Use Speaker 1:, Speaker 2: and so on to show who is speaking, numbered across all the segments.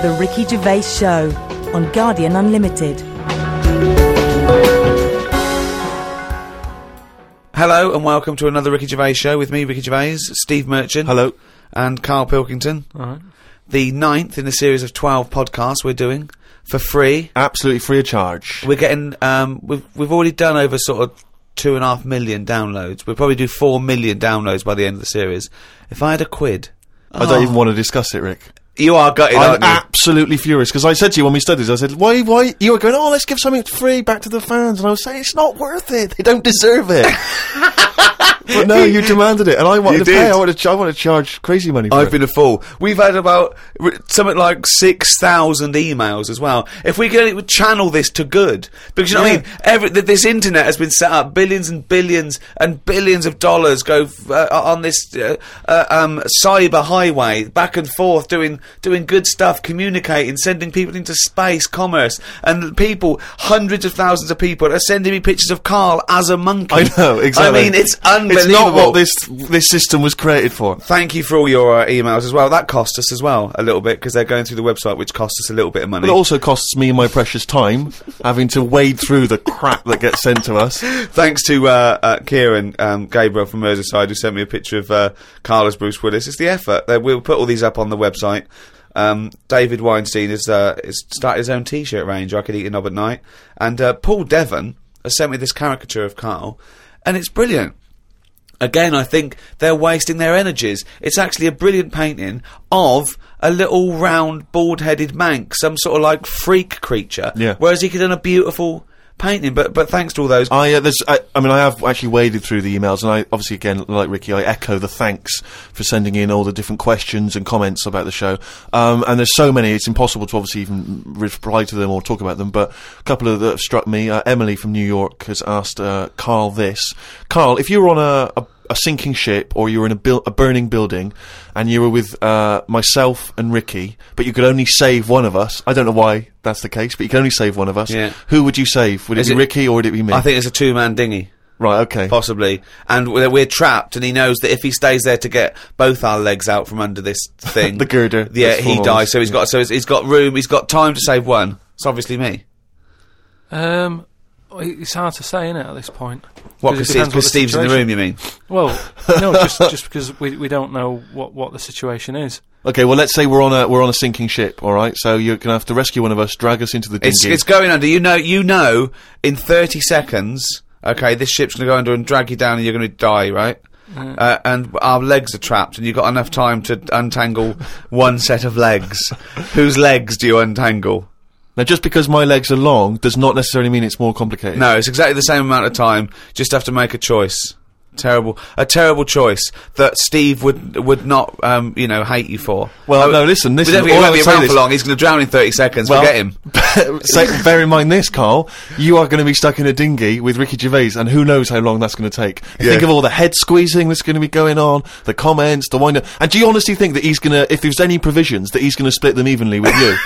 Speaker 1: The Ricky Gervais Show on Guardian Unlimited.
Speaker 2: Hello and welcome to another Ricky Gervais show with me, Ricky Gervais, Steve Merchant.
Speaker 3: Hello.
Speaker 2: And Carl Pilkington.
Speaker 4: Alright.
Speaker 2: The ninth in a series of 12 podcasts we're doing for free.
Speaker 3: Absolutely free of charge.
Speaker 2: We're getting, um, we've, we've already done over sort of two and a half million downloads. We'll probably do four million downloads by the end of the series. If I had a quid.
Speaker 3: I don't even want to discuss it, Rick.
Speaker 2: You are gutted,
Speaker 3: I'm
Speaker 2: aren't you?
Speaker 3: absolutely furious because I said to you when we studied, I said, "Why, why?" You were going, "Oh, let's give something free back to the fans," and I was saying, "It's not worth it. They don't deserve it." but no, you demanded it, and I wanted
Speaker 2: You
Speaker 3: to pay.
Speaker 2: did.
Speaker 3: I wanted, to, ch- I wanted to charge crazy money. For
Speaker 2: I've
Speaker 3: it.
Speaker 2: been a fool. We've had about r- something like six thousand emails as well. If we could channel this to good, because you know what I mean. Every, th- this internet has been set up. Billions and billions and billions of dollars go f- uh, on this uh, uh, um, cyber highway back and forth, doing doing good stuff, communicating, sending people into space, commerce, and people, hundreds of thousands of people are sending me pictures of Carl as a monkey.
Speaker 3: I know exactly.
Speaker 2: I mean, it's unbelievable.
Speaker 3: It's not what this this system was created for.
Speaker 2: Thank you for all your uh, emails as well. That cost us as well a little bit because they're going through the website, which cost us a little bit of money.
Speaker 3: But it also costs me my precious time having to wade through the crap that gets sent to us.
Speaker 2: Thanks to uh, uh, Kieran um, Gabriel from Merseyside who sent me a picture of uh, Carlos Bruce Willis. It's the effort. Uh, we'll put all these up on the website. Um, David Weinstein has, uh, has started his own T-shirt range. I could eat a knob at night. And uh, Paul Devon has sent me this caricature of Carl, and it's brilliant. Again, I think they're wasting their energies. It's actually a brilliant painting of a little round, bald-headed mank, some sort of like freak creature.
Speaker 3: Yeah.
Speaker 2: Whereas he could have done a beautiful painting, but but thanks to all those
Speaker 3: I, uh, there's, I, I mean, I have actually waded through the emails, and I obviously, again, like Ricky, I echo the thanks for sending in all the different questions and comments about the show. Um, and there's so many, it's impossible to obviously even reply to them or talk about them. But a couple of that have struck me. Uh, Emily from New York has asked uh, Carl this: Carl, if you were on a, a a sinking ship or you were in a, buil- a burning building and you were with uh, myself and Ricky, but you could only save one of us. I don't know why that's the case, but you can only save one of us.
Speaker 2: Yeah.
Speaker 3: Who would you save? Would it
Speaker 2: Is
Speaker 3: be
Speaker 2: it-
Speaker 3: Ricky or would it be me?
Speaker 2: I think it's a two man dinghy,
Speaker 3: Right, okay.
Speaker 2: possibly. And we're, we're trapped, and he knows that if he stays there to get both our legs out from under this thing,
Speaker 3: The girder
Speaker 2: yeah,
Speaker 3: that's
Speaker 2: he
Speaker 3: fallen on
Speaker 2: dies.
Speaker 3: us.
Speaker 2: So he's got so he's, he's got room, he's got time to save one. It's obviously me.
Speaker 4: Um, well, it- it's hard to say, innit, at this point.
Speaker 2: What?
Speaker 4: 'Cause
Speaker 2: Because
Speaker 4: it depends what the
Speaker 2: Steve's in the
Speaker 4: situation-
Speaker 2: room, you mean?
Speaker 4: Well, no, just just because we we don't know what what the situation is.
Speaker 3: Okay, well, let's say we're on a we're on a sinking ship. All right, so you're gonna have to rescue one of us, drag us into the dinghy.
Speaker 2: It's it's going under. You know, you know, in thirty seconds, okay, this ship's gonna go under and drag you down, and you're gonna die, right? Uh, and our legs are trapped, and you've got enough time to untangle one set of legs. Whose legs do you untangle?
Speaker 3: now, just because my legs are long does not necessarily mean it's more complicated.
Speaker 2: No, it's exactly the same amount of time. Just have to make a choice. Terrible, a terrible choice that Steve would would not, um, you know, hate you for.
Speaker 3: Well,
Speaker 2: Oh,
Speaker 3: no, listen,
Speaker 2: we
Speaker 3: this
Speaker 2: don't
Speaker 3: is-
Speaker 2: think he
Speaker 3: all
Speaker 2: won't
Speaker 3: I
Speaker 2: be
Speaker 3: would say
Speaker 2: around for
Speaker 3: this-
Speaker 2: long. He's going to drown in thirty seconds.
Speaker 3: Well,
Speaker 2: Forget him.
Speaker 3: say- bear in mind this, Carl. You are going to be stuck in a dinghy with Ricky Gervais, and who knows how long that's going to take. You
Speaker 2: Yeah.
Speaker 3: Think of all the head squeezing that's going to be going on, the comments, the wind up. And do you honestly think that he's going to, if there's any provisions, that he's going to split them evenly with you?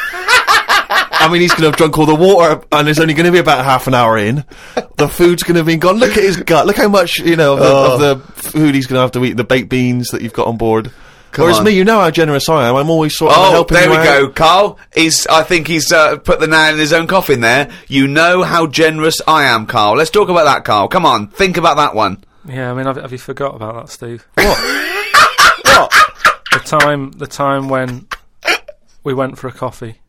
Speaker 3: I mean, he's going to have drunk all the water, and there's only going to be about half an hour in. The food's going to be gone. Look at his gut. Look how much you know of the, of the
Speaker 2: Oh.
Speaker 3: food he's going to have to eat. The baked beans that you've got on board. Whereas
Speaker 2: on.
Speaker 3: me, you know how generous I am. I'm always sort of
Speaker 2: Oh,
Speaker 3: helping.
Speaker 2: there
Speaker 3: you
Speaker 2: we
Speaker 3: out.
Speaker 2: go, Carl. He's. I think he's uh, put the nail in his own coffin. There, you know how generous I am, Carl. Let's talk about that, Carl. Come on, think about that one.
Speaker 4: Yeah, I mean, have, have you forgot about that, Steve?
Speaker 3: What?
Speaker 4: The time the time when we went for a coffee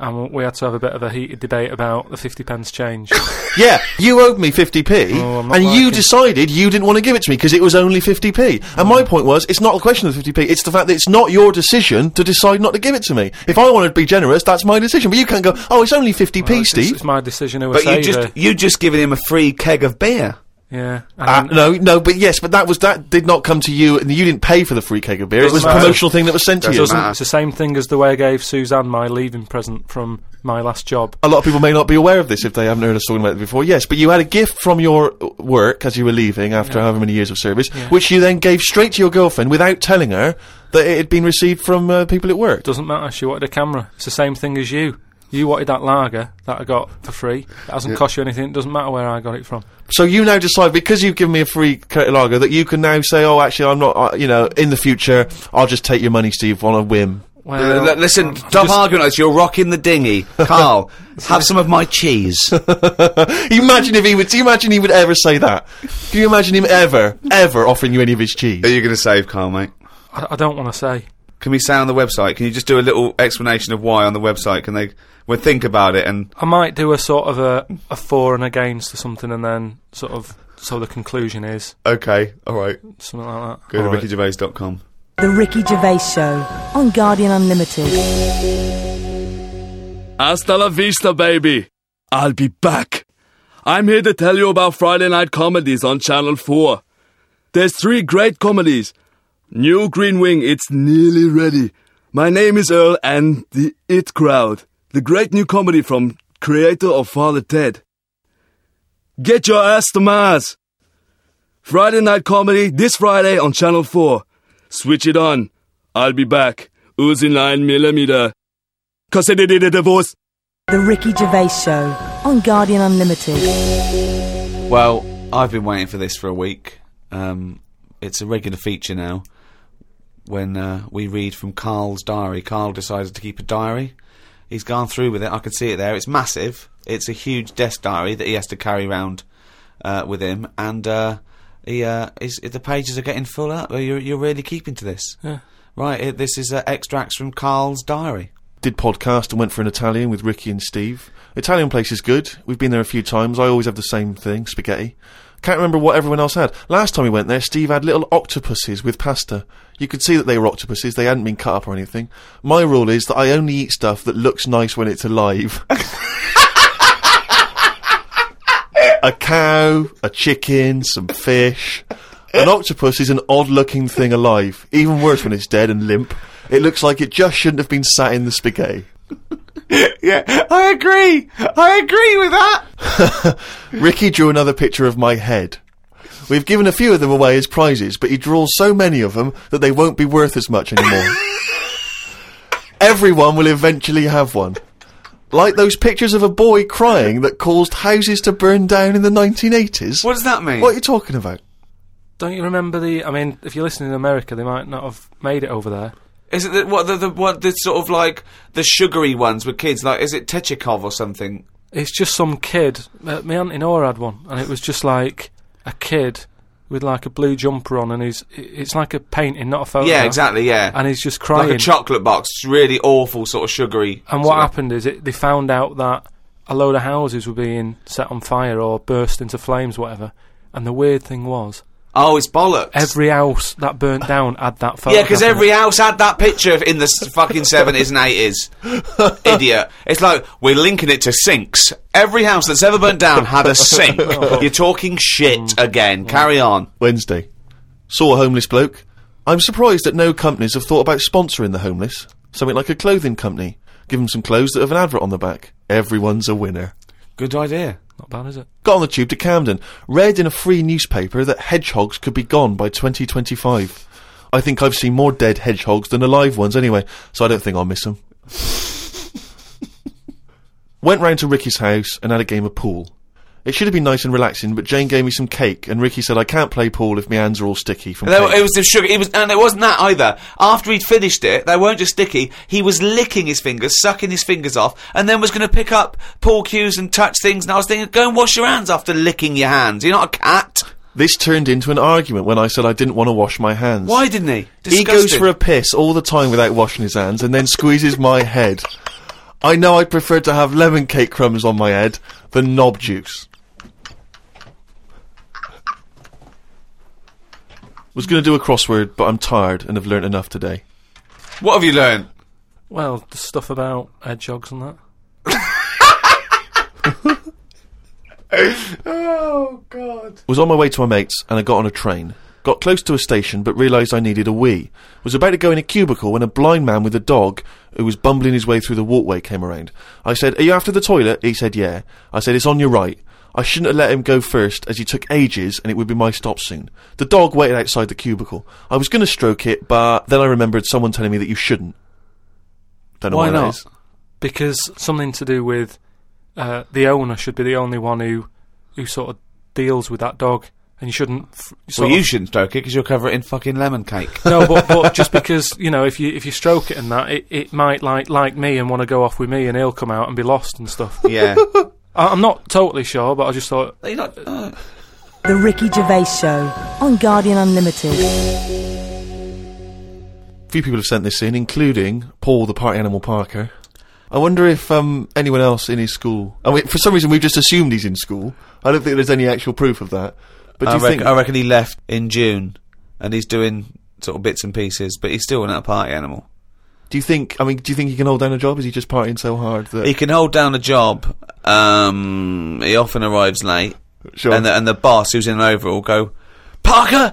Speaker 4: and we had to have a bit of a heated debate about the fifty pence change.
Speaker 3: Yeah, you owed me 50p,
Speaker 4: Oh, I'm
Speaker 3: and
Speaker 4: not
Speaker 3: you
Speaker 4: liking-
Speaker 3: decided you didn't want to give it to me because it was only 50p. And my point was, it's not a question of 50p, it's the fact that it's not your decision to decide not to give it to me. If I want to be generous, that's my decision. But you can't go, oh, it's only 50p,
Speaker 4: It's,
Speaker 3: Steve.
Speaker 4: it's my decision who
Speaker 2: But
Speaker 4: I
Speaker 2: you
Speaker 4: saved
Speaker 2: just you just given him a free keg of beer.
Speaker 4: Yeah,
Speaker 3: Ah,
Speaker 4: and
Speaker 3: no, no, but yes, but that was that did not come to you, and you didn't pay for the free keg of beer. It
Speaker 2: Doesn't
Speaker 3: was a
Speaker 2: matter.
Speaker 3: promotional thing that was sent to you.
Speaker 2: Doesn't-
Speaker 4: it's the same thing as the way I gave Suzanne my leaving present from my last job.
Speaker 3: A lot of people may not be aware of this if they haven't heard us talking about it before. Yes, but you had a gift from your uh, work as you were leaving after however many years of service, which you then gave straight to your girlfriend without telling her that it had been received from uh, people at work.
Speaker 4: Doesn't matter. She wanted a camera. It's the same thing as you. You wanted that lager that I got for free. It hasn't cost you anything. It doesn't matter where I got it from.
Speaker 3: So you now decide because you've given me a free credit lager that you can now say, "Oh, actually, I'm not. Uh, you know, in the future, I'll just take your money, Steve, on a whim."
Speaker 4: Well,
Speaker 2: L- listen,
Speaker 4: I'm
Speaker 2: stop
Speaker 4: just-
Speaker 2: arguing. It's you're rocking the dinghy, Carl. have some of my cheese.
Speaker 3: imagine if he would. Do you imagine he would ever say that? Can you imagine him ever, ever offering you any of his cheese?
Speaker 2: Are you going to save Carl, mate?
Speaker 4: I, I don't want to say.
Speaker 2: Can we say on the website? Can you just do a little explanation of why on the website? Can they? Well, think about it and
Speaker 4: I might do a sort of a, a for and against or something, and then sort of so the conclusion is
Speaker 2: okay, all right.
Speaker 4: something like that.
Speaker 2: Go to
Speaker 3: All right.
Speaker 2: rickygervais.com.
Speaker 1: The Ricky Gervais Show on Guardian Unlimited.
Speaker 5: Hasta la vista, baby. I'll be back. I'm here to tell you about Friday night comedies on Channel 4. There's three great comedies. New Green Wing, it's nearly ready. My name is Earl and the It Crowd, the great new comedy from creator of Father Ted. Get your ass to Mars. Friday night comedy this Friday on Channel 4. Switch it on. I'll be back. Uzi 9mm. Cause I did it a divorce.
Speaker 1: The Ricky Gervais Show on Guardian Unlimited.
Speaker 2: Well, I've been waiting for this for a week. Um, it's a regular feature now. When uh, we read from Carl's diary, Carl decided to keep a diary. He's gone through with it. I can see it there. It's massive. It's a huge desk diary that he has to carry around uh, with him, and uh, he uh, is, the pages are getting full up. Are you, you're really keeping to this,
Speaker 4: Yeah.
Speaker 2: right? It, this is uh, extracts from Carl's diary.
Speaker 3: did podcast and went for an Italian with Ricky and Steve. Italian place is good. We've been there a few times. I always have the same thing, spaghetti. Can't remember what everyone else had. Last time we went there, Steve had little octopuses with pasta. You could see that they were octopuses. They hadn't been cut up or anything. My rule is that I only eat stuff that looks nice when it's alive. a cow, a chicken, some fish. An octopus is an odd looking thing alive. Even worse when it's dead and limp. It looks like it just shouldn't have been sat in the spaghetti.
Speaker 2: Yeah, I agree. I agree with that.
Speaker 3: Ricky drew another picture of my head. We've given a few of them away as prizes, but he draws so many of them that they won't be worth as much anymore. Everyone will eventually have one. Like those pictures of a boy crying that caused houses to burn down in the 1980s.
Speaker 2: What does that mean?
Speaker 3: What are you talking about?
Speaker 4: Don't you remember the? I mean, if you're listening in America, they might not have made it over there.
Speaker 2: Is it the, what the, the what the sort of like the sugary ones with kids? Like, is it Techikov or something?
Speaker 4: It's just some kid. Uh, my auntie Nora had one, and it was just like a kid with like a blue jumper on, and he's i- it's like a painting, not a photo.
Speaker 2: yeah, exactly. Yeah,
Speaker 4: Oh, And he's just
Speaker 2: like
Speaker 4: crying. Um,
Speaker 2: a chocolate box, It's really awful sort of sugary.
Speaker 4: and what
Speaker 2: sort of-
Speaker 4: happened is it, they found out that a load of houses were being set on fire or burst into flames, whatever. And the weird thing was,
Speaker 2: Oh, it's bollocks.
Speaker 4: every house that burnt down had that photo.
Speaker 2: yeah, because every house had that picture in the s- fucking seventies and eighties. Idiot! It's like we're linking it to sinks. Every house that's ever burnt down had a sink.
Speaker 4: Oh.
Speaker 2: You're talking shit again. Carry on.
Speaker 3: Wednesday. Saw a homeless bloke. I'm surprised that no companies have thought about sponsoring the homeless. Something like a clothing company. Give them some clothes that have an advert on the back. Everyone's a winner.
Speaker 2: Good idea.
Speaker 4: Not bad, is it?
Speaker 3: Got on the tube to Camden. Read in a free newspaper that hedgehogs could be gone by 2025. I think I've seen more dead hedgehogs than alive ones anyway, so I don't think I'll miss them. Went round to Ricky's house and had a game of pool. It should have been nice and relaxing, but Jane gave me some cake, and Ricky said I can't play pool if my hands are all sticky from
Speaker 2: There,
Speaker 3: cake.
Speaker 2: it was the sugar. It was, and it wasn't that either. After he'd finished it, they weren't just sticky. He was licking his fingers, sucking his fingers off, and then was going to pick up pool cues and touch things. And I was thinking, go and wash your hands after licking your hands. You're not a cat.
Speaker 3: This turned into an argument when I said I didn't want to wash my hands.
Speaker 2: Why didn't he?
Speaker 3: He goes
Speaker 2: Disgusting.
Speaker 3: for a piss all the time without washing his hands and then squeezes my head. I know I prefer to have lemon cake crumbs on my head than knob juice. Was going to do a crossword, but I'm tired and have learnt enough today.
Speaker 2: What have you learned?
Speaker 4: Well, the stuff about hedgehogs and that.
Speaker 3: Was on my way to my mates and I got on a train. Got close to a station but realised I needed a wee. Was about to go in a cubicle when a blind man with a dog who was bumbling his way through the walkway came around. I said, Are you after the toilet? He said, Yeah. I said, It's on your right. I shouldn't have let him go first as he took ages and it would be my stop soon. The dog waited outside the cubicle. I was going to stroke it, but then I remembered someone telling me that you shouldn't. Don't know
Speaker 2: Why
Speaker 3: why, that
Speaker 2: not?
Speaker 3: is.
Speaker 4: because something to do with uh, the owner should be the only one who who sort of deals with that dog and you shouldn't. F-
Speaker 2: Well,
Speaker 4: sort
Speaker 2: you
Speaker 4: of-
Speaker 2: shouldn't stroke it because you'll cover it in fucking lemon cake.
Speaker 4: no, but, but just because you know if you if you stroke it and that, it, it might like like me and want to go off with me, and he'll come out and be lost and stuff.
Speaker 2: yeah.
Speaker 4: I, I'm not totally sure, but I just thought
Speaker 2: You're not- uh,
Speaker 1: The Ricky Gervais Show on Guardian Unlimited.
Speaker 3: few people have sent this in, including Paul, the party animal Parker. I wonder if um, anyone else in his school. I mean, for some reason, we've just assumed he's in school. I don't think there's any actual proof of that. But do
Speaker 2: I,
Speaker 3: you
Speaker 2: reckon,
Speaker 3: think?
Speaker 2: I reckon he left in June and he's doing sort of bits and pieces, but he's still not a party animal.
Speaker 3: Do you think? I mean, do you think he can hold down a job? Is he just partying so hard that?
Speaker 2: He can hold down a job. Um, he often arrives late.
Speaker 3: Sure.
Speaker 2: And uh, the, and the boss, who's in an overall, go, Parker,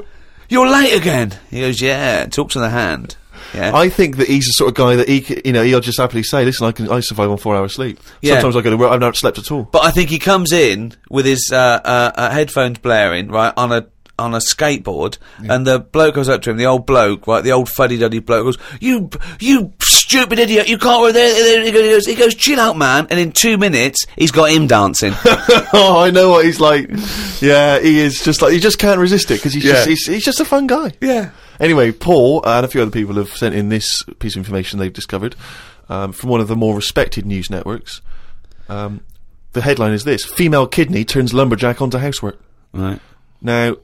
Speaker 2: you're late again. He goes, yeah, talk to the hand. Yeah.
Speaker 3: I think that he's the sort of guy that he, c- you know, he'll just happily say, "Listen, I can, I survive on four hours sleep.
Speaker 2: Yeah.
Speaker 3: Sometimes I go to work, I've not slept at all."
Speaker 2: But I think he comes in with his uh, uh, uh, headphones blaring, right, on a on a skateboard, and the bloke goes up to him, the old bloke, right, the old fuddy-duddy bloke goes, "You, you stupid idiot, you can't." wear there." He goes, he goes, "Chill out, man." And in two minutes, he's got him dancing.
Speaker 3: oh, I know what he's like. Yeah, he is just like he just can't resist it because he's
Speaker 2: Yeah.
Speaker 3: just he's, he's just a fun guy.
Speaker 2: Yeah.
Speaker 3: Anyway, Paul and a few other people have sent in this piece of information they've discovered um, from one of the more respected news networks. Um, the headline is this: Female kidney turns lumberjack onto housework.
Speaker 2: right.
Speaker 3: Now,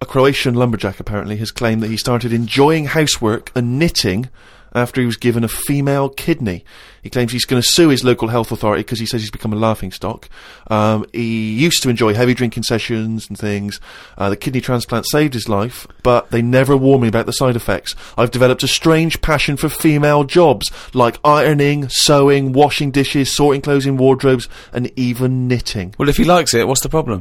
Speaker 3: a Croatian lumberjack apparently has claimed that he started enjoying housework and knitting after he was given a female kidney. He claims he's going to sue his local health authority because he says he's become a laughingstock. Um, he used to enjoy heavy drinking sessions and things. Uh, the kidney transplant saved his life, but they never warn me about the side effects. I've developed a strange passion for female jobs, like ironing, sewing, washing dishes, sorting clothes in wardrobes, and even knitting.
Speaker 2: Well, if he likes it, what's the problem?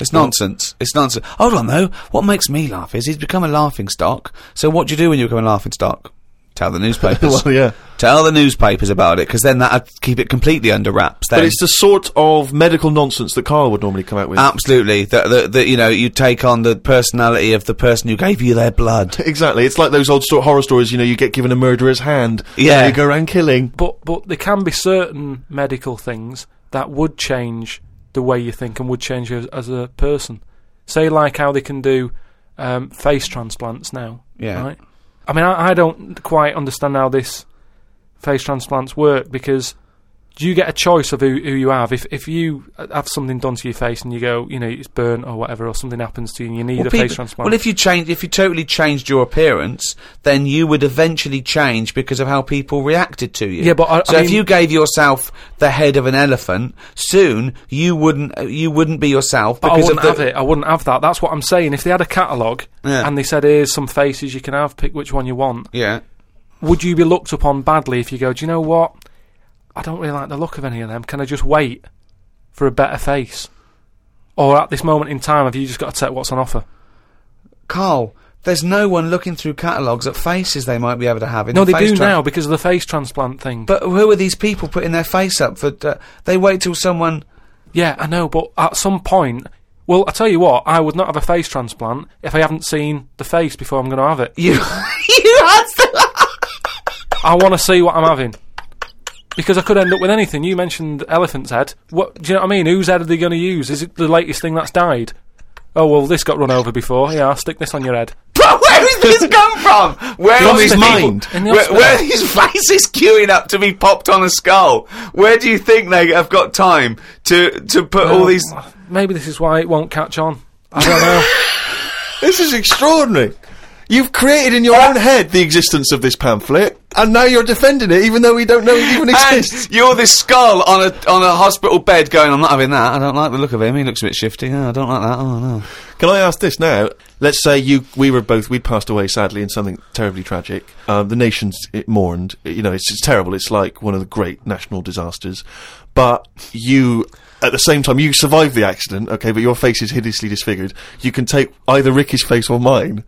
Speaker 2: It's nonsense. It's nonsense. Hold on though. What makes me laugh is he's become a laughing stock. So what do you do when you become a laughing stock? Tell the newspapers.
Speaker 3: Well, yeah.
Speaker 2: Tell the newspapers about it because then that'd keep it completely under wraps. Then.
Speaker 3: But it's the sort of medical nonsense that Carl would normally come out
Speaker 2: Uh,
Speaker 3: with.
Speaker 2: Absolutely. That that that, you know, you take on the personality of the person who gave you their blood.
Speaker 3: Exactly. It's like those old sto- horror stories, you know, you get given a murderer's hand.
Speaker 2: Yeah.
Speaker 3: And you go around killing.
Speaker 4: but but there can be certain medical things that would change the way you think and would change you as, as a person. Say like how they can do um, face transplants now.
Speaker 2: Yeah.
Speaker 4: Right. I mean, I, I don't quite understand how this face transplants work because do you get a choice of who, who you have? If if you uh, have something done to your face and you go, you know, it's burnt or whatever, or something happens to you and you need a face
Speaker 2: people-
Speaker 4: transplant.
Speaker 2: well, if you change, if you totally changed your appearance, then you would eventually change because of how people reacted to you.
Speaker 4: Yeah, but I- I
Speaker 2: so if
Speaker 4: mean-
Speaker 2: you gave yourself the head of an elephant, soon you wouldn't you wouldn't be yourself
Speaker 4: But I
Speaker 2: because
Speaker 4: wouldn't
Speaker 2: of
Speaker 4: have
Speaker 2: the,
Speaker 4: it. I wouldn't have that. That's what I'm saying. If they had a catalogue
Speaker 2: Yeah.
Speaker 4: and they said, "Here's some faces you can have. Pick which one you want."
Speaker 2: Yeah.
Speaker 4: Would you be looked upon badly if you go? Do you know what? I don't really like the look of any of them. Can I just wait for a better face? Or at this moment in time, have you just got to take what's on offer?
Speaker 2: Carl, there's no one looking through catalogues at faces they might be able to have. In
Speaker 4: No,
Speaker 2: the
Speaker 4: they
Speaker 2: face
Speaker 4: do
Speaker 2: trans-
Speaker 4: now because of the face transplant thing.
Speaker 2: But who are these people putting their face up for? Uh, they wait till someone.
Speaker 4: yeah, I know. But at some point, well, I tell you what, I would not have a face transplant if I haven't seen the face before I'm going to have it.
Speaker 2: You, you asked
Speaker 4: I want to see what I'm having. Because I could end up with anything. You mentioned elephant's head. What do you know what I mean? Whose head are they going to use? Is it the latest thing that's died? Oh well, this got run over before. Yeah, I'll stick this on your head.
Speaker 2: But where has this come from? Where
Speaker 3: From
Speaker 2: are
Speaker 3: his
Speaker 2: these people-
Speaker 3: mind.
Speaker 4: In the
Speaker 2: Where,
Speaker 4: hospital.
Speaker 2: where are these faces queuing up to be popped on a skull? Where do you think they have got time to to put all
Speaker 4: Well,
Speaker 2: these?
Speaker 4: Maybe this is why it won't catch on. I don't know.
Speaker 3: This is extraordinary. You've created in your own head the existence of this pamphlet, and now you're defending it, even though we don't know it even exists.
Speaker 2: And you're this skull on a on a hospital bed going. I'm not having that. I don't like the look of him. He looks a bit shifty. Oh, I don't like that. Oh no.
Speaker 3: Can I ask this now? Let's say you, we were both, we'd passed away sadly in something terribly tragic. Um, the nation's it mourned. You know, it's, it's terrible. It's like one of the great national disasters. But you, at the same time, you survived the accident, okay? But your face is hideously disfigured. You can take either Ricky's face or mine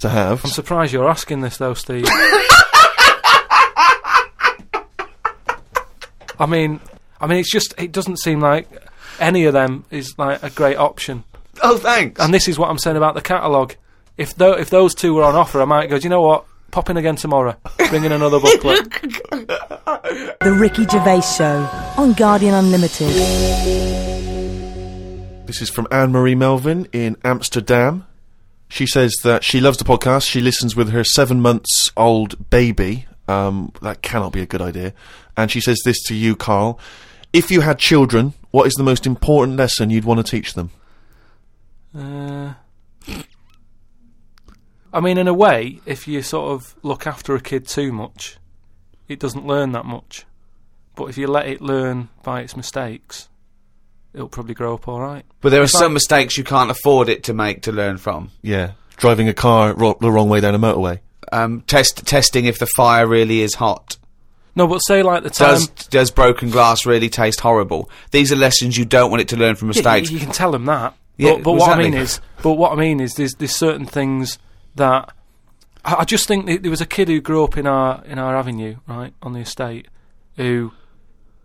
Speaker 3: to have.
Speaker 4: I'm surprised you're asking this though, Steve. I mean, I mean, it's just it doesn't seem like any of them is like a great option.
Speaker 2: Oh thanks.
Speaker 4: And this is what I'm saying about the catalogue. If tho- if those two were on offer, I might go. Do you know what? Pop in again tomorrow. Bring in another booklet.
Speaker 1: The Ricky Gervais Show on Guardian Unlimited.
Speaker 3: This is from Anne Marie Melvin in Amsterdam. She says that she loves the podcast. She listens with her seven months old baby. Um, that cannot be a good idea. And she says this to you, Carl. If you had children, what is the most important lesson you'd want to teach them?
Speaker 4: Uh, I mean, in a way, if you sort of look after a kid too much, it doesn't learn that much. But if you let it learn by its mistakes, it'll probably grow up all right.
Speaker 2: But there are
Speaker 4: I-
Speaker 2: some mistakes you can't afford it to make to learn from.
Speaker 3: Yeah. Driving a car ro- the wrong way down a motorway.
Speaker 2: Um, test testing if the fire really is hot.
Speaker 4: No, but say like the time.
Speaker 2: Does does broken glass really taste horrible? These are lessons you don't want it to learn from
Speaker 4: Yeah,
Speaker 2: mistakes.
Speaker 4: You, you can tell them that. But,
Speaker 2: Yeah,
Speaker 4: but what I
Speaker 2: exactly.
Speaker 4: mean is, but what I mean is, there's there's certain things that I, I just think that there was a kid who grew up in our in our avenue, right, on the estate, who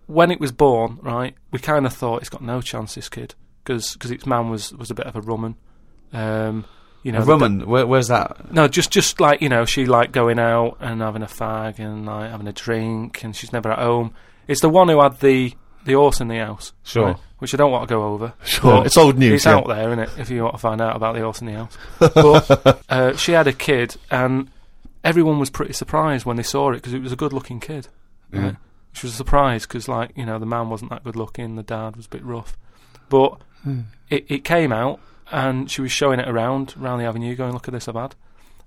Speaker 4: when it was born, right, we kind of thought it's got no chance this kid because its man was was a bit of a rumman. Um, you know,
Speaker 2: A woman, where, where's that?
Speaker 4: no, just just like you know, she like going out and having a fag and like having a drink, and she's never at home. It's the one who had the the horse in the house,
Speaker 2: Sure.
Speaker 4: which I don't want to go over.
Speaker 3: Sure.
Speaker 4: But
Speaker 3: It's old news,
Speaker 4: It's
Speaker 3: yeah.
Speaker 4: out there, isn't it? If you want to find out about the horse in the house, but uh, she had a kid, and everyone was pretty surprised when they saw it because it was a good-looking kid.
Speaker 3: Mm-hmm.
Speaker 4: Right? Which was a surprise because, like you know, the man wasn't that good-looking, the dad was a bit rough, but
Speaker 3: Hmm.
Speaker 4: it, it came out and she was showing it around around the avenue, going, "Look at this I've had."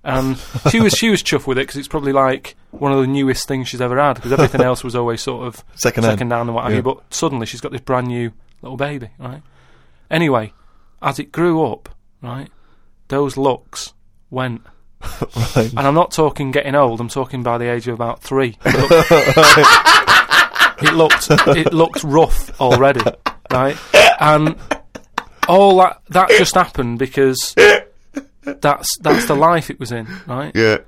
Speaker 4: And she was she was chuffed with it because it's probably like one of the newest things she's ever had because everything else was always sort of
Speaker 3: Second hand.
Speaker 4: second hand and what have
Speaker 3: Yeah.
Speaker 4: you. But suddenly she's got this brand new little baby, right? Anyway, as it grew up, right, those looks went.
Speaker 3: Right.
Speaker 4: And I'm not talking getting old. I'm talking by the age of about three. It looked, it looked, it looked rough already, right? And all that that just happened because that's that's the life it was in, right?
Speaker 2: Yeah.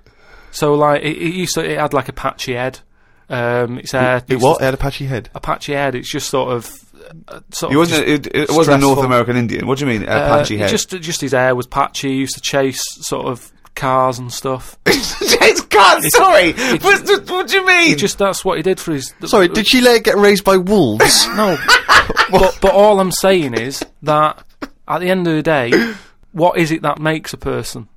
Speaker 4: So like it, it used to, it had like a patchy head. Um, its hair.
Speaker 3: It
Speaker 4: used
Speaker 3: what?
Speaker 4: to-
Speaker 3: It had a patchy head.
Speaker 4: A patchy head. It's just sort of. Uh, sort
Speaker 2: You
Speaker 4: of just-
Speaker 2: wasn't. It, it wasn't a North
Speaker 4: stressful.
Speaker 2: American Indian. What do you mean?
Speaker 4: uh,
Speaker 2: Apache
Speaker 4: it
Speaker 2: head.
Speaker 4: Just, just his hair was patchy. He used to chase sort of cars and stuff.
Speaker 2: it's God, sorry. what, what do you mean?
Speaker 4: just that's what he did for his.
Speaker 3: Sorry, did she let it get raised by wolves?
Speaker 4: No. but, but all I'm saying is that at the end of the day, what is it that makes a person?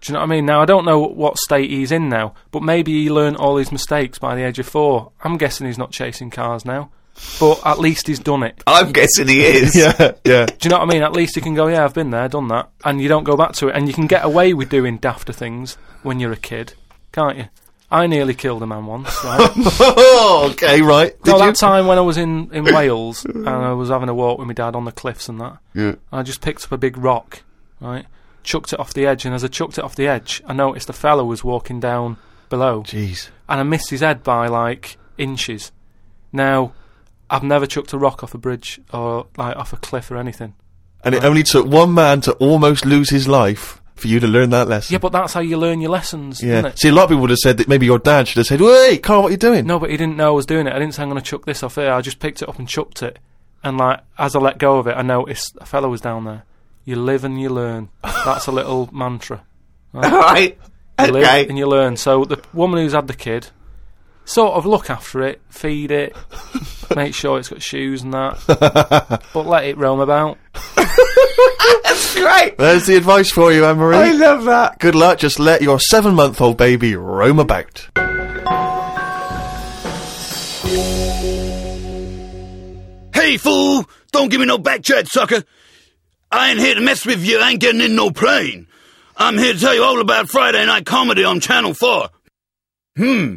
Speaker 4: Do you know what I mean? Now, I don't know what state he's in now, but maybe he learned all his mistakes by the age of four. I'm guessing he's not chasing cars now, but at least he's done it.
Speaker 2: I'm guessing he is.
Speaker 3: yeah, yeah.
Speaker 4: Do you know what I mean? At least you can go, yeah, I've been there, done that, and you don't go back to it. And you can get away with doing dafter things when you're a kid, can't you? I nearly killed a man once. Right?
Speaker 3: Oh, okay, right. Did
Speaker 4: no,
Speaker 3: you?
Speaker 4: that time when I was in, in Wales and I was having a walk with my dad on the cliffs and that, yeah. I just picked up a big rock, right, chucked it off the edge, and as I chucked it off the edge, I noticed a fella was walking down below,
Speaker 3: Jeez.
Speaker 4: and I missed his head by like inches. Now, I've never chucked a rock off a bridge or like off a cliff or anything.
Speaker 3: And it only took one man to almost lose his life for you to learn that lesson.
Speaker 4: Yeah, but that's how you learn your lessons,
Speaker 3: Yeah.
Speaker 4: isn't it?
Speaker 3: See, a lot of people would have said that maybe your dad should have said, "Wait, Carl, what are you doing?"
Speaker 4: No, but he didn't know I was doing it. I didn't say I'm going to chuck this off here. I just picked it up and chucked it. And like as I let go of it, I noticed a fellow was down there. You live and you learn. That's a little mantra.
Speaker 2: All right.
Speaker 4: You live
Speaker 2: Okay.
Speaker 4: and you learn. So the woman who's had the kid, sort of look after it, feed it, make sure it's got shoes and that, but let it roam about.
Speaker 2: Great.
Speaker 3: There's the advice for you, Anne Marie.
Speaker 2: I love that.
Speaker 3: Good luck. Just let your seven-month-old baby roam about.
Speaker 5: Hey, fool! Don't give me no back chat, sucker! I ain't here to mess with you. I ain't getting in no plane. I'm here to tell you all about Friday Night Comedy on Channel 4. Hmm.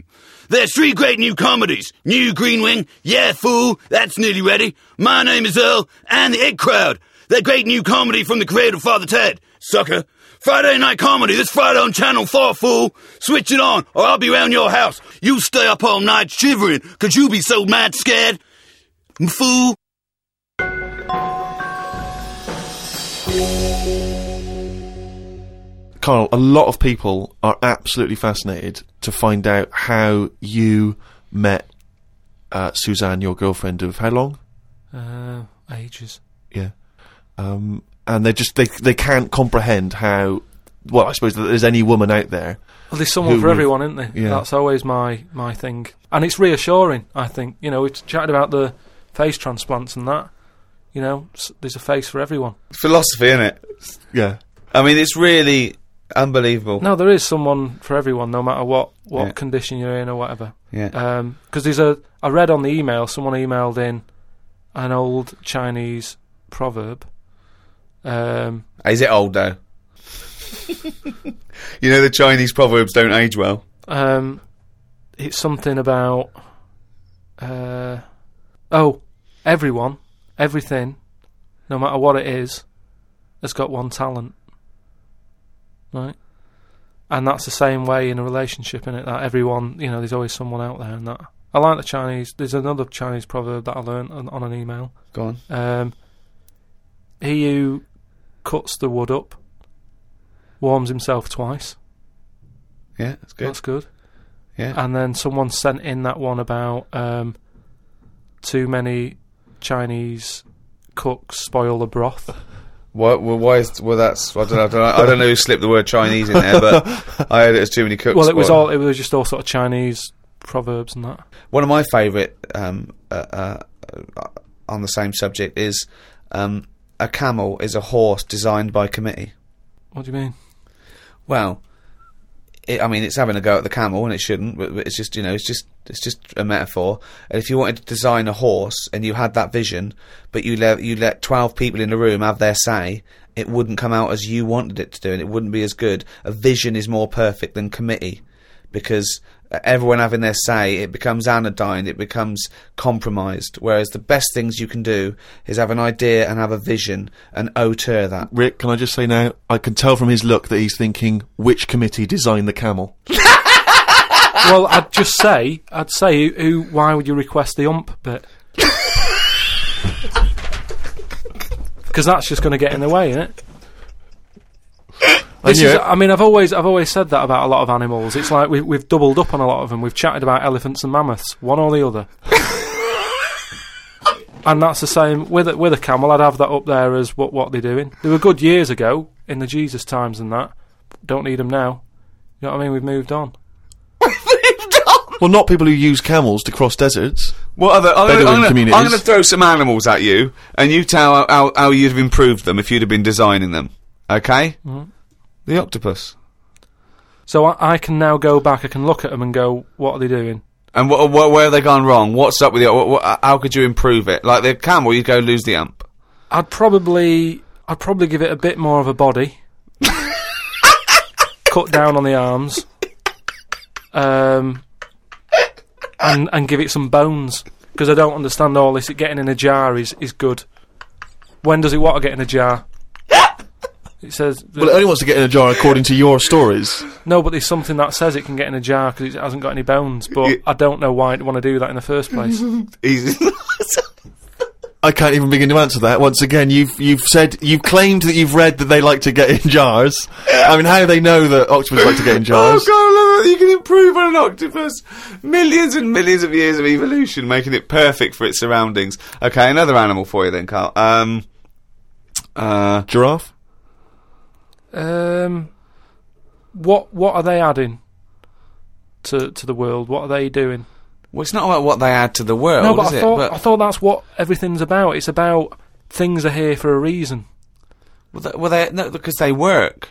Speaker 5: There's three great new comedies. New Green Wing, Yeah Fool, that's nearly ready. My name is Earl, and The Egg Crowd. That great new comedy from the creator of Father Ted. Sucker. Friday Night Comedy, this Friday on Channel 4, fool. Switch it on, or I'll be round your house. You stay up all night shivering, 'cause you be so mad scared. Fool.
Speaker 3: Carl, a lot of people are absolutely fascinated to find out how you met uh, Suzanne, your girlfriend of how long?
Speaker 4: Uh, ages.
Speaker 3: Yeah. Um, and they just they they can't comprehend how. Well, I suppose that there's any woman out there.
Speaker 4: Well, there's someone
Speaker 3: Who
Speaker 4: for
Speaker 3: would-
Speaker 4: everyone, isn't there?
Speaker 3: Yeah.
Speaker 4: That's always my, my thing. And it's reassuring, I think. You know, we've chatted about the face transplants and that. You know, s- there's a face for everyone.
Speaker 2: philosophy, isn't it?
Speaker 3: Yeah.
Speaker 2: I mean, it's really unbelievable.
Speaker 4: No, there is someone for everyone, no matter what what
Speaker 2: Yeah.
Speaker 4: condition you're in or whatever.
Speaker 2: Yeah.
Speaker 4: Because there's a I read on the email someone emailed in an old Chinese proverb. Um,
Speaker 2: Is it old though? you know the Chinese proverbs don't age well.
Speaker 4: um, it's something about uh, oh, everyone, everything, no matter what it is, has got one talent, right? And that's the same way in a relationship, is it? That everyone, you know, there's always someone out there, and that I like the Chinese. There's another Chinese proverb that I learned on, on an email.
Speaker 2: Go on.
Speaker 4: Um, he who cuts the wood up warms himself twice.
Speaker 2: Yeah, that's good.
Speaker 4: That's good.
Speaker 2: yeah.
Speaker 4: And then someone sent in that one about um, too many Chinese cooks spoil the broth.
Speaker 2: Why, well, why is well? That's I don't know. I don't know, I don't know who slipped the word Chinese in there, but I heard it as too many cooks.
Speaker 4: well, it was
Speaker 2: spoil.
Speaker 4: all it was just all sort of Chinese proverbs and that.
Speaker 2: One of my favourite um, uh, uh, uh, on the same subject is um, a camel is a horse designed by committee.
Speaker 4: What do you mean?
Speaker 2: Well, it, I mean, it's having a go at the camel, and it shouldn't. But, but it's just, you know, it's just, it's just a metaphor. And if you wanted to design a horse, and you had that vision, but you let you let twelve people in a room have their say, it wouldn't come out as you wanted it to do, and it wouldn't be as good. A vision is more perfect than committee, because uh, everyone having their say, it becomes anodyne, it becomes compromised. Whereas the best things you can do is have an idea and have a vision and auteur that.
Speaker 3: Rick, can I just say now? I can tell from his look that he's thinking, which committee designed the camel?
Speaker 4: well, I'd just say I'd say who, who why would you request the ump bit? Because that's just going to get in the way, isn't it? This
Speaker 3: knew
Speaker 4: is,
Speaker 3: it.
Speaker 4: I mean, I've always, I've always said that about a lot of animals. It's like we, we've doubled up on a lot of them. We've chatted about elephants and mammoths, one or the other. and that's the same with a, with a camel. I'd have that up there as what what they're doing. They were good years ago in the Jesus times and that. Don't need them now. You know what I mean? We've moved on.
Speaker 3: Well, not people who use camels to cross deserts.
Speaker 2: What other? I'm
Speaker 3: Bedouin
Speaker 2: gonna- I'm gonna,
Speaker 3: communities.
Speaker 2: I'm going to throw some animals at you, and you tell how, how, how you'd have improved them if you'd have been designing them. Okay. The octopus.
Speaker 4: So I, I can now go back. I can look at them and go, "What are they doing?"
Speaker 2: And wh- wh- where have they gone wrong? What's up with you? Wh- wh- how could you improve it? Like the camel, you go lose the amp.
Speaker 4: I'd probably, I'd probably give it a bit more of a body. Cut down on the arms. Um, and and give it some bones because I don't understand all this. It getting in a jar is is good. When does it want to get in a jar? It says
Speaker 3: Well, uh it only wants to get in a jar according to your stories.
Speaker 4: no, but there's something that says it can get in a jar because it hasn't got any bones. But
Speaker 2: You-
Speaker 4: I don't know why I'd want to do that in the first place.
Speaker 2: He's
Speaker 3: I can't even begin to answer that. Once again, you've you've said you've claimed that you've read that they like to get in jars. I mean, how they know that octopus like to get in jars?
Speaker 2: Oh god, look, you can improve on an octopus. Millions and millions of years of evolution, making it perfect for its surroundings. Okay, another animal for you then, Carl. Um, uh,
Speaker 3: Giraffe.
Speaker 4: Um, what what are they adding to to the world? What are they doing?
Speaker 2: well, it's not about Oh, what they add to the world,
Speaker 4: no, but
Speaker 2: is
Speaker 4: I
Speaker 2: it?
Speaker 4: thought
Speaker 2: But-
Speaker 4: I thought that's what everything's about. It's about things are here for a reason.
Speaker 2: Well, they, well they, no, because they work.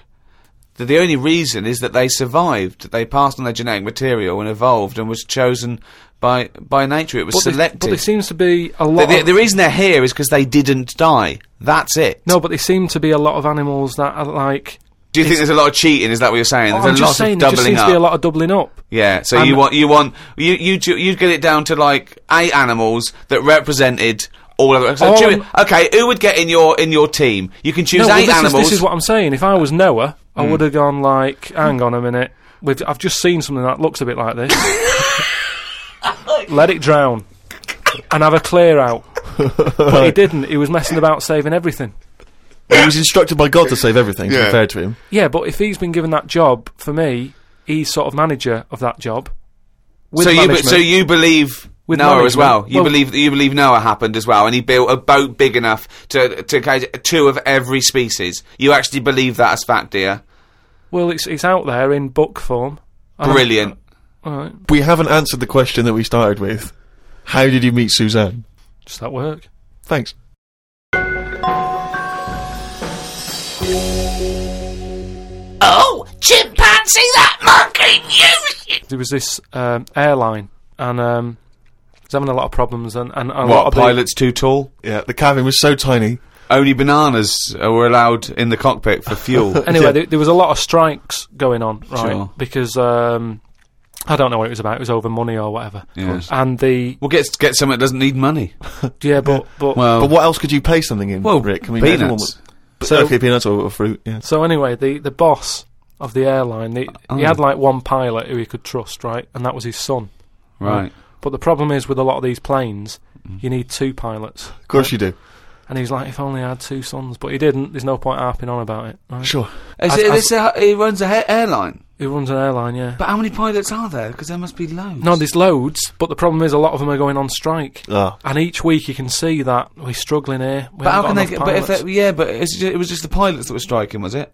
Speaker 2: The, the only reason is that they survived. They passed on their genetic material and evolved and was chosen by by nature. It was
Speaker 4: But there-
Speaker 2: selected.
Speaker 4: but there seems to be
Speaker 2: the,
Speaker 4: a lot.
Speaker 2: the,
Speaker 4: of,
Speaker 2: the reason they're here is because they didn't die. That's it.
Speaker 4: no, but there seem to be a lot of animals that are like. oh,
Speaker 2: Do you think there's a lot of cheating? Is that what you're saying? There's
Speaker 4: I'm
Speaker 2: a
Speaker 4: just
Speaker 2: lot
Speaker 4: saying,
Speaker 2: of
Speaker 4: there just
Speaker 2: doubling
Speaker 4: seems
Speaker 2: up.
Speaker 4: to be a lot of doubling up.
Speaker 2: Yeah. So
Speaker 4: And-
Speaker 2: you want you want you you ju- you'd get it down to like eight animals that represented. All other, so
Speaker 4: All
Speaker 2: do
Speaker 4: I'm-
Speaker 2: you- okay, who would get in your in your team? You can choose
Speaker 4: No, well,
Speaker 2: eight
Speaker 4: this, is,
Speaker 2: animals. Hmm.
Speaker 4: this is what I'm saying. If I was Noah, I would have gone like, hang on a minute. We've, I've just seen something that looks a bit like this. Let it drown and have a clear out. but he didn't. He was messing about saving everything.
Speaker 3: He was instructed by God to save everything. To
Speaker 2: Yeah.
Speaker 3: be fair to him,
Speaker 4: Yeah, but if he's been given that job, for me, he's sort of manager of that job. With
Speaker 2: so you be,
Speaker 4: management,
Speaker 2: so you believe
Speaker 4: With
Speaker 2: Noah as
Speaker 4: management.
Speaker 2: well. You
Speaker 4: Well-
Speaker 2: believe you believe Noah happened as well, and he built a boat big enough to to cage two of every species. You actually believe that as fact, dear?
Speaker 4: well, it's it's out there in book form. And-
Speaker 2: Brilliant.
Speaker 4: All right,
Speaker 3: we haven't answered the question that we started with. How did you meet Suzanne?
Speaker 4: just that work.
Speaker 3: Thanks.
Speaker 6: Oh, chimpanzee, that monkey music!
Speaker 4: There was this um, airline, and um, it's having a lot of problems, and, and a lot
Speaker 2: What,
Speaker 4: of the-
Speaker 2: pilot's too tall?
Speaker 3: Yeah, the cabin was so tiny.
Speaker 2: Only bananas uh, were allowed in the cockpit for fuel.
Speaker 4: anyway, there, there was a lot of strikes going on, right?
Speaker 2: Sure.
Speaker 4: Because um, I don't know what it was about. It was over money or whatever.
Speaker 2: Yes.
Speaker 4: And the
Speaker 2: We'll get get something that doesn't need money.
Speaker 4: yeah, but but
Speaker 2: Well,
Speaker 3: But what else could you pay something in,
Speaker 2: well,
Speaker 3: Rick? I mean, everyone
Speaker 2: peanuts.
Speaker 3: was-
Speaker 4: So-
Speaker 3: okay, peanuts or, or fruit, yeah.
Speaker 4: so anyway, the the boss of the airline, the,
Speaker 2: Oh.
Speaker 4: he had like one pilot who he could trust, right? And that was his son.
Speaker 2: Right.
Speaker 4: But the problem is with a lot of these planes,
Speaker 2: Mm.
Speaker 4: you need two pilots.
Speaker 3: Of course you do.
Speaker 4: And he's like, if only I had two sons, but he didn't. There's no point harping on about it. Right?
Speaker 3: Sure.
Speaker 2: Is
Speaker 4: As-
Speaker 2: it,
Speaker 4: as-
Speaker 2: is it- he runs a ha- airline.
Speaker 4: He runs an airline, yeah.
Speaker 2: But how many pilots are there? Because there must be loads.
Speaker 4: No, there's loads, but the problem is a lot of them are going on strike.
Speaker 3: Ah.
Speaker 4: And each week you can see that we're struggling here. We
Speaker 2: Uh. But how can
Speaker 4: haven't
Speaker 2: they?
Speaker 4: got
Speaker 2: Get,
Speaker 4: enough
Speaker 2: but if
Speaker 4: pilots.
Speaker 2: they, yeah, but it's ju- it was just the pilots that were striking, was it?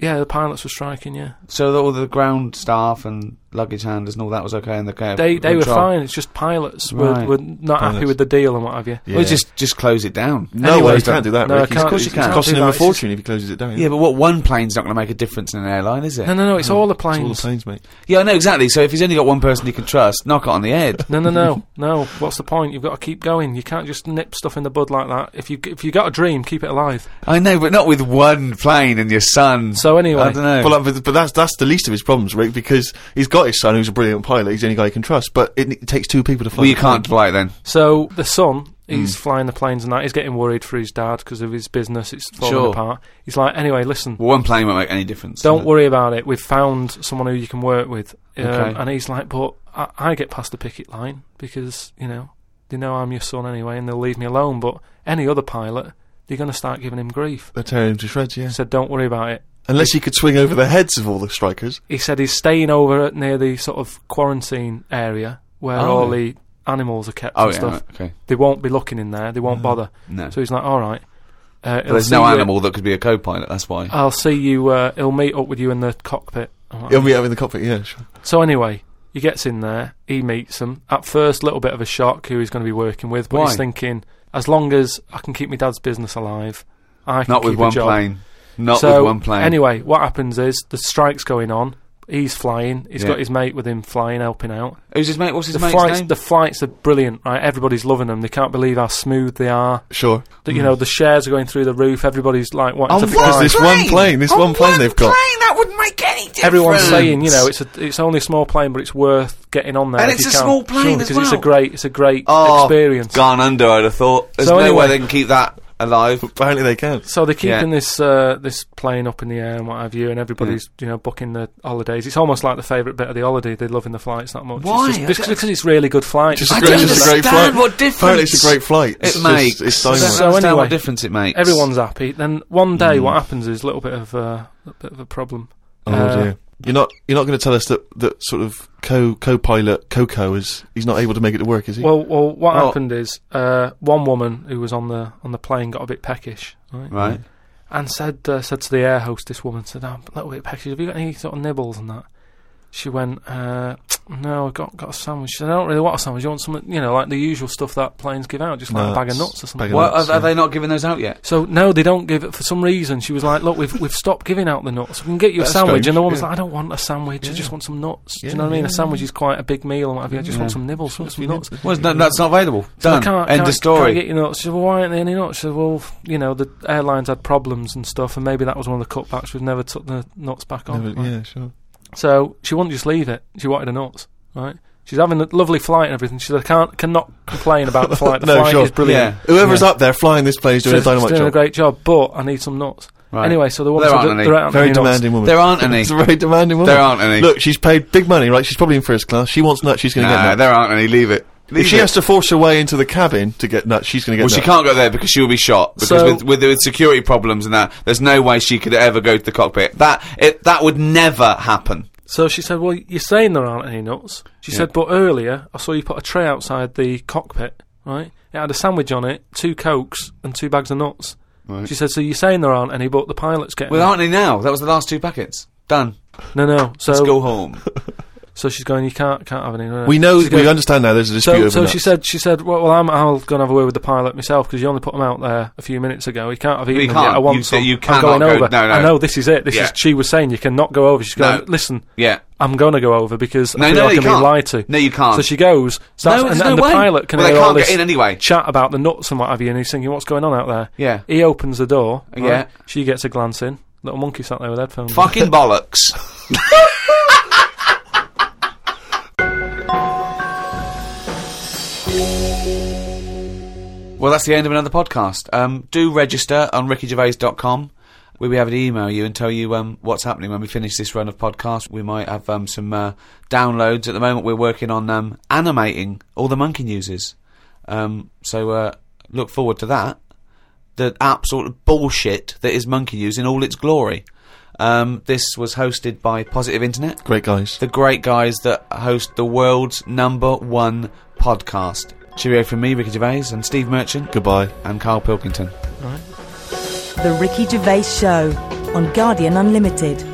Speaker 4: Yeah, the pilots were striking. Yeah,
Speaker 2: So that all the ground staff and luggage handlers and all that was okay in the cab.
Speaker 4: they they were
Speaker 2: control?
Speaker 4: fine. It's just pilots were,
Speaker 2: Right.
Speaker 4: were not happy
Speaker 3: Pilots.
Speaker 4: with the deal and what have you.
Speaker 3: Yeah.
Speaker 2: Well, just just close it down.
Speaker 3: no
Speaker 4: Anyway,
Speaker 3: way, you can't do that,
Speaker 4: no, I
Speaker 3: Rick. He's-
Speaker 4: can't
Speaker 2: Of course you
Speaker 4: do-
Speaker 2: can.
Speaker 3: It's
Speaker 4: can't
Speaker 3: costing
Speaker 4: do
Speaker 3: him
Speaker 4: that.
Speaker 3: a
Speaker 4: It's just-
Speaker 3: fortune if he closes it down.
Speaker 2: Yeah, but what one plane's not going to make a difference in an airline, is it?
Speaker 4: No, no, no. It's all the
Speaker 3: It's all the
Speaker 4: planes.
Speaker 3: planes, mate.
Speaker 2: Yeah, I know exactly. So if he's only got one person he can trust, knock it on the head.
Speaker 4: No, no, no, no. What's the point? You've got to keep going. You can't just nip stuff in the bud like that. If you if you got a dream, keep it alive.
Speaker 2: I know, but not with one plane and your son.
Speaker 4: So anyway-
Speaker 2: I don't know.
Speaker 3: Well, uh, but that's that's the least of his problems, Rick, because he's got his son who's a brilliant pilot. He's the only guy he can trust. But it, it takes two people to fly.
Speaker 2: Well, you
Speaker 3: the
Speaker 2: can't
Speaker 3: plane.
Speaker 2: fly then.
Speaker 4: So the son,
Speaker 2: Hmm.
Speaker 4: he's flying the planes and that. He's getting worried for his dad because of his business. It's falling
Speaker 2: Sure.
Speaker 4: apart. He's like, anyway, listen.
Speaker 2: Well, one plane won't make any difference.
Speaker 4: Don't worry about it. We've found someone who you can work with. Um,
Speaker 2: Okay.
Speaker 4: And he's like, but I, I get past the picket line because, you know, they know I'm your son anyway and they'll leave me alone. But any other pilot, they're going to start giving him grief.
Speaker 3: They're tearing him to shreds. Yeah.
Speaker 4: He said, don't worry about it.
Speaker 3: Unless he could swing over the heads of all the strikers.
Speaker 4: He said he's staying over at near the sort of quarantine area where
Speaker 2: Oh.
Speaker 4: all the animals are kept
Speaker 2: Oh,
Speaker 4: and
Speaker 2: yeah,
Speaker 4: stuff.
Speaker 2: right, okay.
Speaker 4: They won't be looking in there. They won't bother.
Speaker 2: No.
Speaker 4: So he's like, all right. Uh,
Speaker 2: But there's
Speaker 4: he'll
Speaker 2: no
Speaker 4: see you-
Speaker 2: animal that could be a co-pilot. That's why.
Speaker 4: I'll see you. Uh, he'll meet up with you in the cockpit. I'm like,
Speaker 3: He'll be out in the cockpit. Yeah. Sure.
Speaker 4: So anyway, he gets in there, he meets them. At first, little bit of a shock who he's going to be working with, but
Speaker 2: Why?
Speaker 4: he's thinking, as long as I can keep my dad's business alive, I can
Speaker 2: Not with
Speaker 4: keep
Speaker 2: one
Speaker 4: a job.
Speaker 2: plane. Not
Speaker 4: so
Speaker 2: with one plane.
Speaker 4: anyway, what happens is the strike's going on. He's flying. He's
Speaker 2: Yeah.
Speaker 4: got his mate with him, flying, helping out.
Speaker 2: who's his mate? What's his
Speaker 4: The
Speaker 2: mate's
Speaker 4: flights,
Speaker 2: name?
Speaker 4: the flights are brilliant. Right, everybody's loving them. They can't believe how smooth they are.
Speaker 3: Sure.
Speaker 4: That
Speaker 2: Hmm.
Speaker 4: you know, the shares are going through the roof. Everybody's like wanting to
Speaker 2: On
Speaker 4: fly.
Speaker 3: Because this one plane, this
Speaker 6: On
Speaker 3: one plane they've got.
Speaker 6: plane, that wouldn't make any difference.
Speaker 4: Everyone's saying, you know, it's a, it's only a small plane, but it's worth getting on there.
Speaker 2: And
Speaker 4: if
Speaker 2: it's
Speaker 4: you
Speaker 2: a
Speaker 4: can.
Speaker 2: small plane as
Speaker 4: because it's a
Speaker 2: well.
Speaker 4: great, it's a great
Speaker 2: Oh,
Speaker 4: experience.
Speaker 2: Gone under, I'd have thought. There's
Speaker 4: So
Speaker 2: no way
Speaker 4: anyway-
Speaker 2: they can keep that alive.
Speaker 3: Apparently they can.
Speaker 4: So they're keeping
Speaker 2: Yeah.
Speaker 4: this uh, this plane up in the air and what have you, and everybody's you know booking the holidays. It's almost like the favourite bit of the holiday. They're loving the flights that much.
Speaker 2: Why?
Speaker 4: It's just, because, because it's really good flights.
Speaker 3: Just a
Speaker 2: I
Speaker 3: great,
Speaker 2: don't
Speaker 3: just a great
Speaker 2: understand
Speaker 3: flight.
Speaker 2: what
Speaker 3: Apparently it's a
Speaker 2: difference
Speaker 3: great flight. It's
Speaker 2: it
Speaker 3: just-
Speaker 2: makes.
Speaker 3: It's
Speaker 2: I don't
Speaker 4: So-
Speaker 3: timeless.
Speaker 4: so
Speaker 2: understand
Speaker 4: anyway,
Speaker 2: what difference it makes.
Speaker 4: Everyone's happy. Then one day, what happens is a little bit of uh, a bit of a problem.
Speaker 3: Oh
Speaker 4: Uh,
Speaker 3: dear. You're not you're not going to tell us that that sort of co co pilot Coco is he's not able to make it to work, is he?
Speaker 4: Well, well, what
Speaker 2: Oh.
Speaker 4: happened is uh, one woman who was on the on the plane got a bit peckish, right?
Speaker 2: Right.
Speaker 4: and said uh, said to the air hostess woman, said, "Oh, "I'm a little bit peckish. Have you got any sort of nibbles and that?" She went, uh, "No, I got got a sandwich." She said, "I don't really want a sandwich. You want something, you know, like the usual stuff that planes give out, just like a bag of
Speaker 3: Nuts,
Speaker 4: nuts or something."
Speaker 3: bag of
Speaker 2: Well,
Speaker 3: nuts,
Speaker 2: are, are
Speaker 3: yeah.
Speaker 2: they not giving those out yet?
Speaker 4: So no, they don't give it for some reason. She was like, "Look, we've we've stopped giving out the nuts. We can get you
Speaker 3: That's
Speaker 4: a sandwich."
Speaker 3: strange,
Speaker 4: and the woman's
Speaker 3: yeah.
Speaker 4: like, "I don't want a sandwich. I just want some nuts." Do
Speaker 3: Yeah,
Speaker 4: you know what I mean?
Speaker 3: yeah,
Speaker 4: A sandwich is quite a big meal and what have you. I just
Speaker 2: Yeah.
Speaker 4: want some nibbles, want some nuts.
Speaker 2: Well, no, that's not available.
Speaker 4: So I
Speaker 2: Done.
Speaker 4: can't,
Speaker 2: End
Speaker 4: can't,
Speaker 2: of story.
Speaker 4: Can't get your nuts. She said, well, why aren't there any nuts? She said, well, f- you know, the airlines had problems and stuff, and maybe that was one of the cutbacks. We've never took the nuts back on.
Speaker 3: Never-
Speaker 4: Right.
Speaker 3: yeah, sure.
Speaker 4: So she wouldn't just leave it. She wanted the nuts, right? She's having a lovely flight and everything. She said, I can't, cannot complain about the flight. The
Speaker 3: No,
Speaker 4: flight
Speaker 3: sure.
Speaker 4: is brilliant.
Speaker 3: Whoever's up there flying this plane is doing
Speaker 4: She's
Speaker 3: a dynamite
Speaker 4: doing
Speaker 3: job.
Speaker 4: a great job, but I need some nuts.
Speaker 2: Right.
Speaker 4: Anyway, so the woman
Speaker 2: There aren't
Speaker 4: said, "There-
Speaker 2: any.
Speaker 4: there aren't
Speaker 3: very
Speaker 4: any nuts.
Speaker 3: demanding woman.
Speaker 2: There aren't any.
Speaker 3: It's a very demanding woman.
Speaker 2: There aren't any.
Speaker 3: Look, she's paid big money, right? She's probably in first class. She wants nuts. She's going to
Speaker 2: Nah,
Speaker 3: get nuts.
Speaker 2: there aren't any. Leave it. Leave
Speaker 3: If she
Speaker 2: it.
Speaker 3: has to force her way into the cabin to get nuts, she's going to get
Speaker 2: well,
Speaker 3: nuts.
Speaker 2: she can't go there because she'll be shot. Because
Speaker 4: So-
Speaker 2: with, with with security problems and that, there's no way she could ever go to the cockpit. That it that would never happen.
Speaker 4: So she said, Well, you're saying there aren't any nuts. She said, But earlier I saw you put a tray outside the cockpit, right? It had a sandwich on it, two cokes, and two bags of nuts. She said, So you're saying there aren't any, but the pilot's getting.
Speaker 2: Well,
Speaker 4: them."
Speaker 2: aren't they now? That was the last two packets. Done.
Speaker 4: No, no. So
Speaker 2: Let's go home.
Speaker 4: So she's going, you can't can't have any. no, no."
Speaker 3: We know,
Speaker 4: She's
Speaker 3: we
Speaker 4: going,
Speaker 3: understand now. There's a dispute
Speaker 4: So,
Speaker 3: over
Speaker 4: so
Speaker 3: nuts.
Speaker 4: she said, she said, well, well I'm, I'll go and have a word with the pilot myself because you only put them out there a few minutes ago. You can't have eaten
Speaker 2: You
Speaker 4: them
Speaker 2: can't.
Speaker 4: yet. I want
Speaker 2: You-
Speaker 4: some.
Speaker 2: you
Speaker 4: I'm
Speaker 2: cannot
Speaker 4: going
Speaker 2: go-
Speaker 4: over.
Speaker 2: no, no.
Speaker 4: I know this is it. This
Speaker 2: Yeah.
Speaker 4: is. She was saying you cannot go over. She's going,
Speaker 2: No.
Speaker 4: listen,
Speaker 2: Yeah.
Speaker 4: I'm going to go over because
Speaker 2: No,
Speaker 4: I feel
Speaker 2: no,
Speaker 4: like
Speaker 2: you
Speaker 4: I'm being
Speaker 2: can't.
Speaker 4: lied to.
Speaker 2: No, you can't.
Speaker 4: So she goes. starts-
Speaker 2: No,
Speaker 4: and,
Speaker 2: there's
Speaker 4: and
Speaker 2: no
Speaker 4: the
Speaker 2: way.
Speaker 4: pilot can
Speaker 2: Well, they
Speaker 4: hear all
Speaker 2: can't get
Speaker 4: this
Speaker 2: in anyway.
Speaker 4: Chat about the nuts and what have you, and he's thinking, what's going on out there?
Speaker 2: Yeah.
Speaker 4: He opens the door. right?
Speaker 2: Yeah.
Speaker 4: She gets a glance in. Little monkey sat there with headphones. on.
Speaker 2: Fucking bollocks. well, that's the end of another podcast. Um, do register on rickygervais.com. We'll be able to email you and tell you um, what's happening when we finish this run of podcasts. We might have um, some uh, downloads. At the moment, we're working on um, animating all the monkey newses. Um, so uh, look forward to that the absolute bullshit that is Monkey News in all its glory. Um, this was hosted by Positive Internet,
Speaker 3: Great guys.
Speaker 2: the great guys that host the world's number one podcast. Cheerio from me, Ricky Gervais, and Steve Merchant,
Speaker 3: Goodbye.
Speaker 2: and Carl Pilkington.
Speaker 1: The Ricky Gervais Show on Guardian Unlimited.